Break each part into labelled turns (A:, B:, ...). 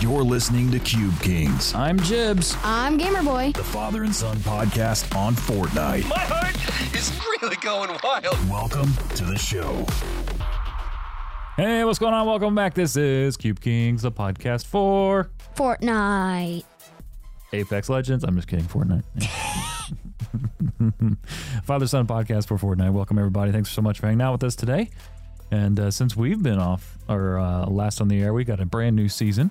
A: You're listening to Cube Kings,
B: I'm Jibs.
C: I'm Gamer Boy.
A: the father and son podcast on Fortnite.
D: My heart is really going wild.
A: Welcome to the show.
B: Hey, what's going on? Welcome back. This is Cube Kings, the podcast for
C: Fortnite.
B: Apex Legends. I'm just kidding, Fortnite. Father Son podcast for Fortnite. Welcome everybody. Thanks so much for hanging out with us today. And uh, since we've been off or uh, last on the air, we got a brand new season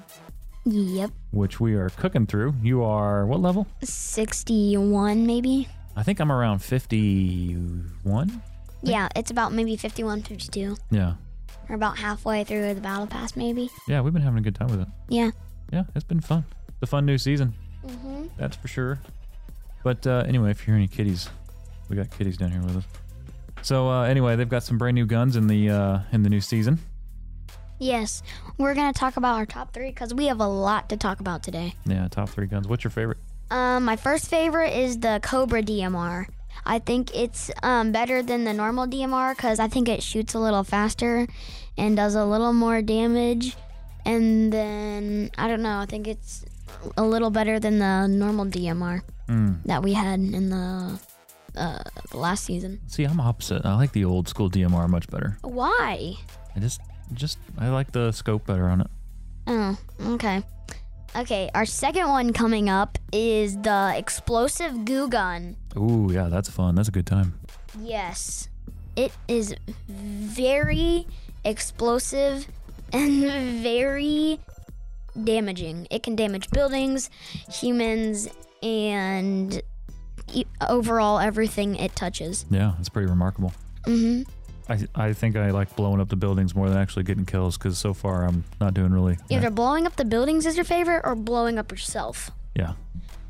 C: Yep.
B: which we are cooking through. You are what level?
C: 61 maybe.
B: I think I'm around 51.
C: Yeah, it's about maybe 51, 52.
B: Yeah,
C: We're about halfway through the battle pass maybe.
B: yeah. We've been having a good time with it.
C: Yeah.
B: yeah, it's been fun. It's a fun new season. That's for sure. But uh, anyway, if you hear any kitties, we got kitties down here with us. So uh, anyway, they've got some brand new guns in the uh, in the new season.
C: Yes. We're going to talk about our top 3 cuz we have a lot to talk about today.
B: Yeah, top three guns. What's your favorite?
C: Um my first favorite is the Cobra DMR. I think it's um, better than the normal DMR because I think it shoots a little faster and does a little more damage. And then, I don't know, I think it's a little better than the normal DMR. that we had in the uh, last season.
B: See, I'm opposite. I like the old school DMR much better.
C: Why?
B: I just just I like the scope better on it.
C: Oh, okay. Okay, our second one coming up is the explosive goo gun.
B: Ooh, yeah, that's fun. That's a good time.
C: Yes, it is very explosive and very damaging. It can damage buildings, humans, and e- overall everything it touches.
B: Yeah, it's pretty remarkable.
C: hmm
B: I I think I like blowing up the buildings more than actually getting kills because so far I'm not doing really.
C: Either blowing up the buildings is your favorite or blowing up yourself.
B: Yeah,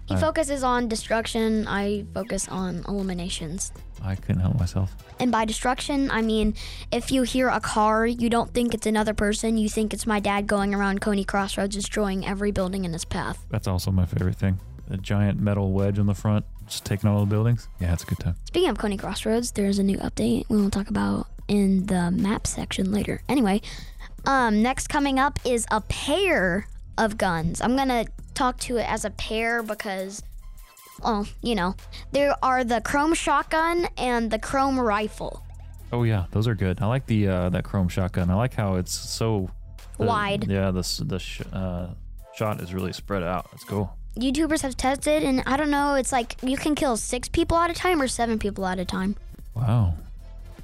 C: He
B: Alright.
C: focuses on destruction. I focus on eliminations.
B: I couldn't help myself.
C: And by destruction, I mean if you hear a car, you don't think it's another person. You think it's my dad going around Coney Crossroads destroying every building in his path.
B: That's also my favorite thing. A giant metal wedge on the front, just taking out all the buildings. Yeah, it's a good time.
C: Speaking of Coney Crossroads, there is a new update we will talk about in the map section later. Anyway, um, next coming up is a pair of guns. I'm gonna talk to it as a pair because, well, you know, there are the chrome shotgun and the chrome rifle.
B: Oh yeah, those are good. I like the uh, that chrome shotgun. I like how it's so the-
C: Wide.
B: Yeah, the s- the sh- uh, shot is really spread out. It's cool.
C: YouTubers have tested, and I don't know, it's like you can kill six people at a time or seven people at a time.
B: Wow,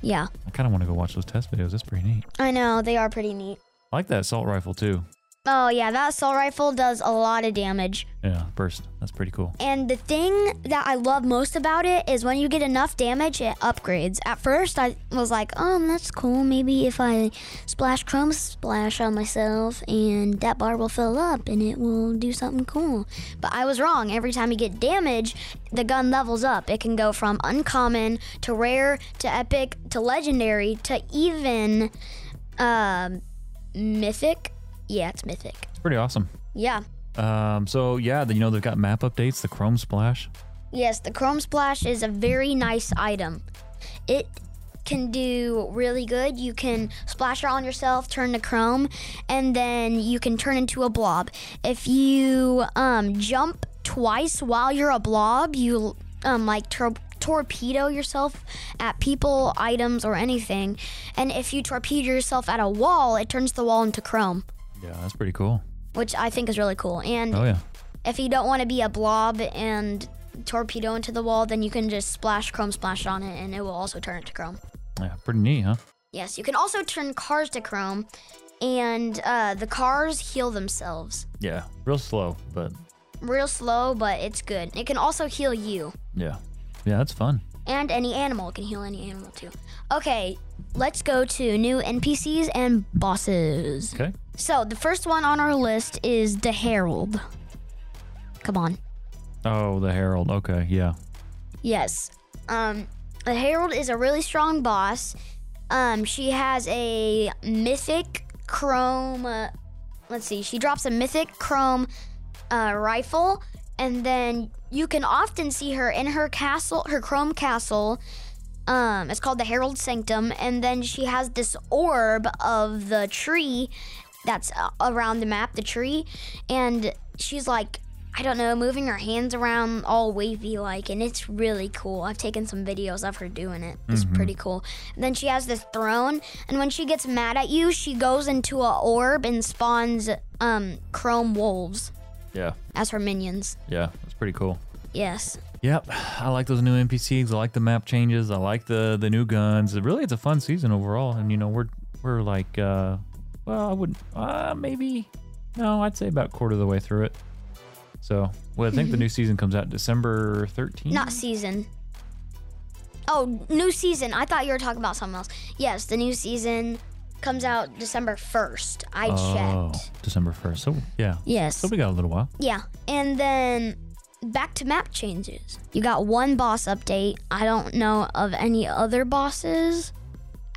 C: Yeah,
B: I kind of want to go watch those test videos. That's pretty neat.
C: I know, they are pretty neat.
B: I like that assault rifle too.
C: Oh, yeah, that assault rifle does a lot of damage.
B: Yeah, burst. That's pretty cool.
C: And the thing that I love most about it is when you get enough damage, it upgrades. At first, I was like, oh, that's cool. Maybe if I splash Chrome Splash on myself and that bar will fill up and it will do something cool. But I was wrong. Every time you get damage, the gun levels up. It can go from uncommon to rare to epic to legendary to even um, mythic. Yeah, it's mythic.
B: It's pretty awesome.
C: Yeah.
B: Um, so yeah, the, you know they've got map updates. The chrome splash.
C: Yes, the Chrome Splash is a very nice item. It can do really good. You can splash it on yourself, turn to chrome, and then you can turn into a blob. If you um, jump twice while you're a blob, you um, like tor- torpedo yourself at people, items, or anything. And if you torpedo yourself at a wall, it turns the wall into chrome,
B: Yeah, that's pretty cool.
C: which I think is really cool. And
B: Oh yeah.
C: if you don't want to be a blob and torpedo into the wall, then you can just splash chrome splash on it and it will also turn it to chrome.
B: Yeah, pretty neat, huh?
C: Yes, you can also turn cars to chrome and uh, the cars heal themselves.
B: Yeah, real slow, but
C: Real slow, but it's good. It can also heal you
B: yeah, yeah, that's fun.
C: and any animal. It can heal any animal too. Okay, let's go to new NPCs and bosses.
B: Okay.
C: So the first one on our list is the Herald. Come on.
B: Oh, the Herald. Okay, yeah.
C: Yes. Um, the Herald is a really strong boss. Um, she has a mythic chrome. Uh, let's see. She drops a mythic chrome uh, rifle, and then you can often see her in her castle, her chrome castle. Um, it's called the Herald Sanctum, and then she has this orb of the tree, that's uh, around the map, the tree, and she's like, I don't know, moving her hands around all wavy like, and it's really cool. I've taken some videos of her doing it. It's pretty cool. And then she has this throne, and when she gets mad at you, she goes into a orb and spawns um chrome wolves
B: Yeah.
C: as her minions.
B: Yeah. That's pretty cool.
C: Yes.
B: Yep, I like those new NPCs. I like the map changes. I like the the new guns. Really, it's a fun season overall. And you know, we're we're like, uh, well, I wouldn't, uh, maybe, no, I'd say about quarter of the way through it. So, well, I think the new season comes out December thirteenth.
C: Not season. Oh, new season. I thought you were talking about something else. Yes, the new season comes out December 1st. I
B: oh,
C: checked.
B: December first. So yeah,
C: Yes.
B: so we got a little while.
C: yeah. And then back to map changes. You got one boss update. I don't know of any other bosses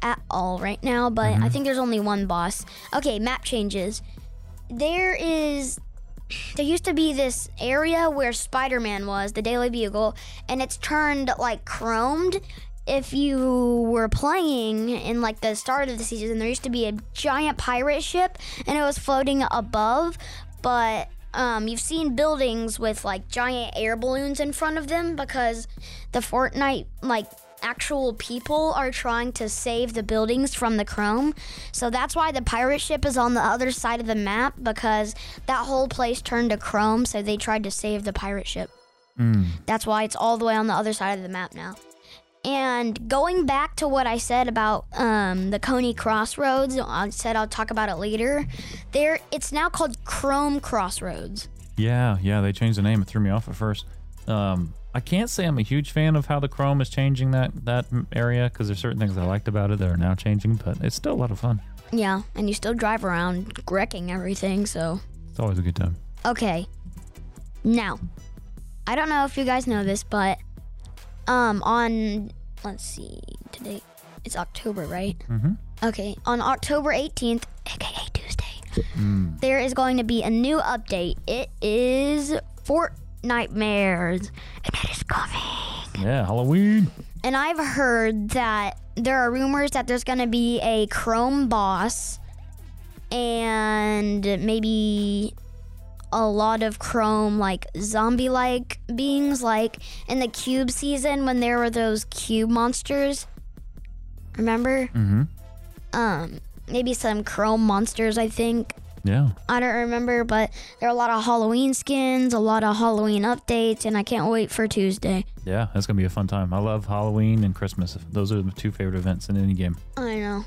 C: at all right now, but I think there's only one boss. Okay, map changes. There is there used to be this area where Spider-Man was, the Daily Bugle, and it's turned like chromed. If you were playing in like the start of the season, there used to be a giant pirate ship and it was floating above, but um, you've seen buildings with like giant air balloons in front of them because the Fortnite like actual people are trying to save the buildings from the chrome. So that's why the pirate ship is on the other side of the map because that whole place turned to chrome, so they tried to save the pirate ship. That's why it's all the way on the other side of the map now. And going back to what I said about um, the Coney Crossroads, I said I'll talk about it later. There, it's now called Chrome Crossroads.
B: Yeah, yeah, they changed the name. It threw me off at first. Um, I can't say I'm a huge fan of how the Chrome is changing that that area because there's certain things I liked about it that are now changing, but it's still a lot of fun.
C: Yeah, and you still drive around wrecking everything, so.
B: It's always a good time.
C: Okay. Now, I don't know if you guys know this, but um, on let's see, today it's October, right? Mm-hmm. Okay, on October 18th, aka Tuesday, there is going to be a new update. It is Fortnite Nightmares, and it is coming.
B: Yeah, Halloween.
C: And I've heard that there are rumors that there's going to be a Chrome boss and maybe a lot of Chrome like zombie like beings like in the cube season when there were those cube monsters. Remember?
B: Mm-hmm.
C: Um maybe some Chrome monsters, I think.
B: Yeah.
C: I don't remember, but there are a lot of Halloween skins, a lot of Halloween updates, and I can't wait for Tuesday.
B: Yeah, that's gonna be a fun time. I love Halloween and Christmas. Those are the two favorite events in any game.
C: I know.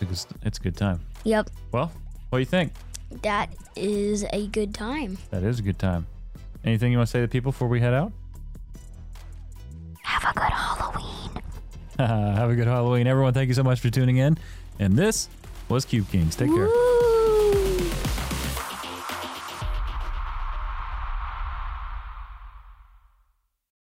B: It's, it's a good time.
C: Yep.
B: Well, what do you think?
C: That is a good time.
B: That is a good time. Anything you want to say to people before we head out?
C: Have a good Halloween.
B: Have a good Halloween, everyone. Thank you so much for tuning in. And this was Cube Kings. Take care.
C: Woo!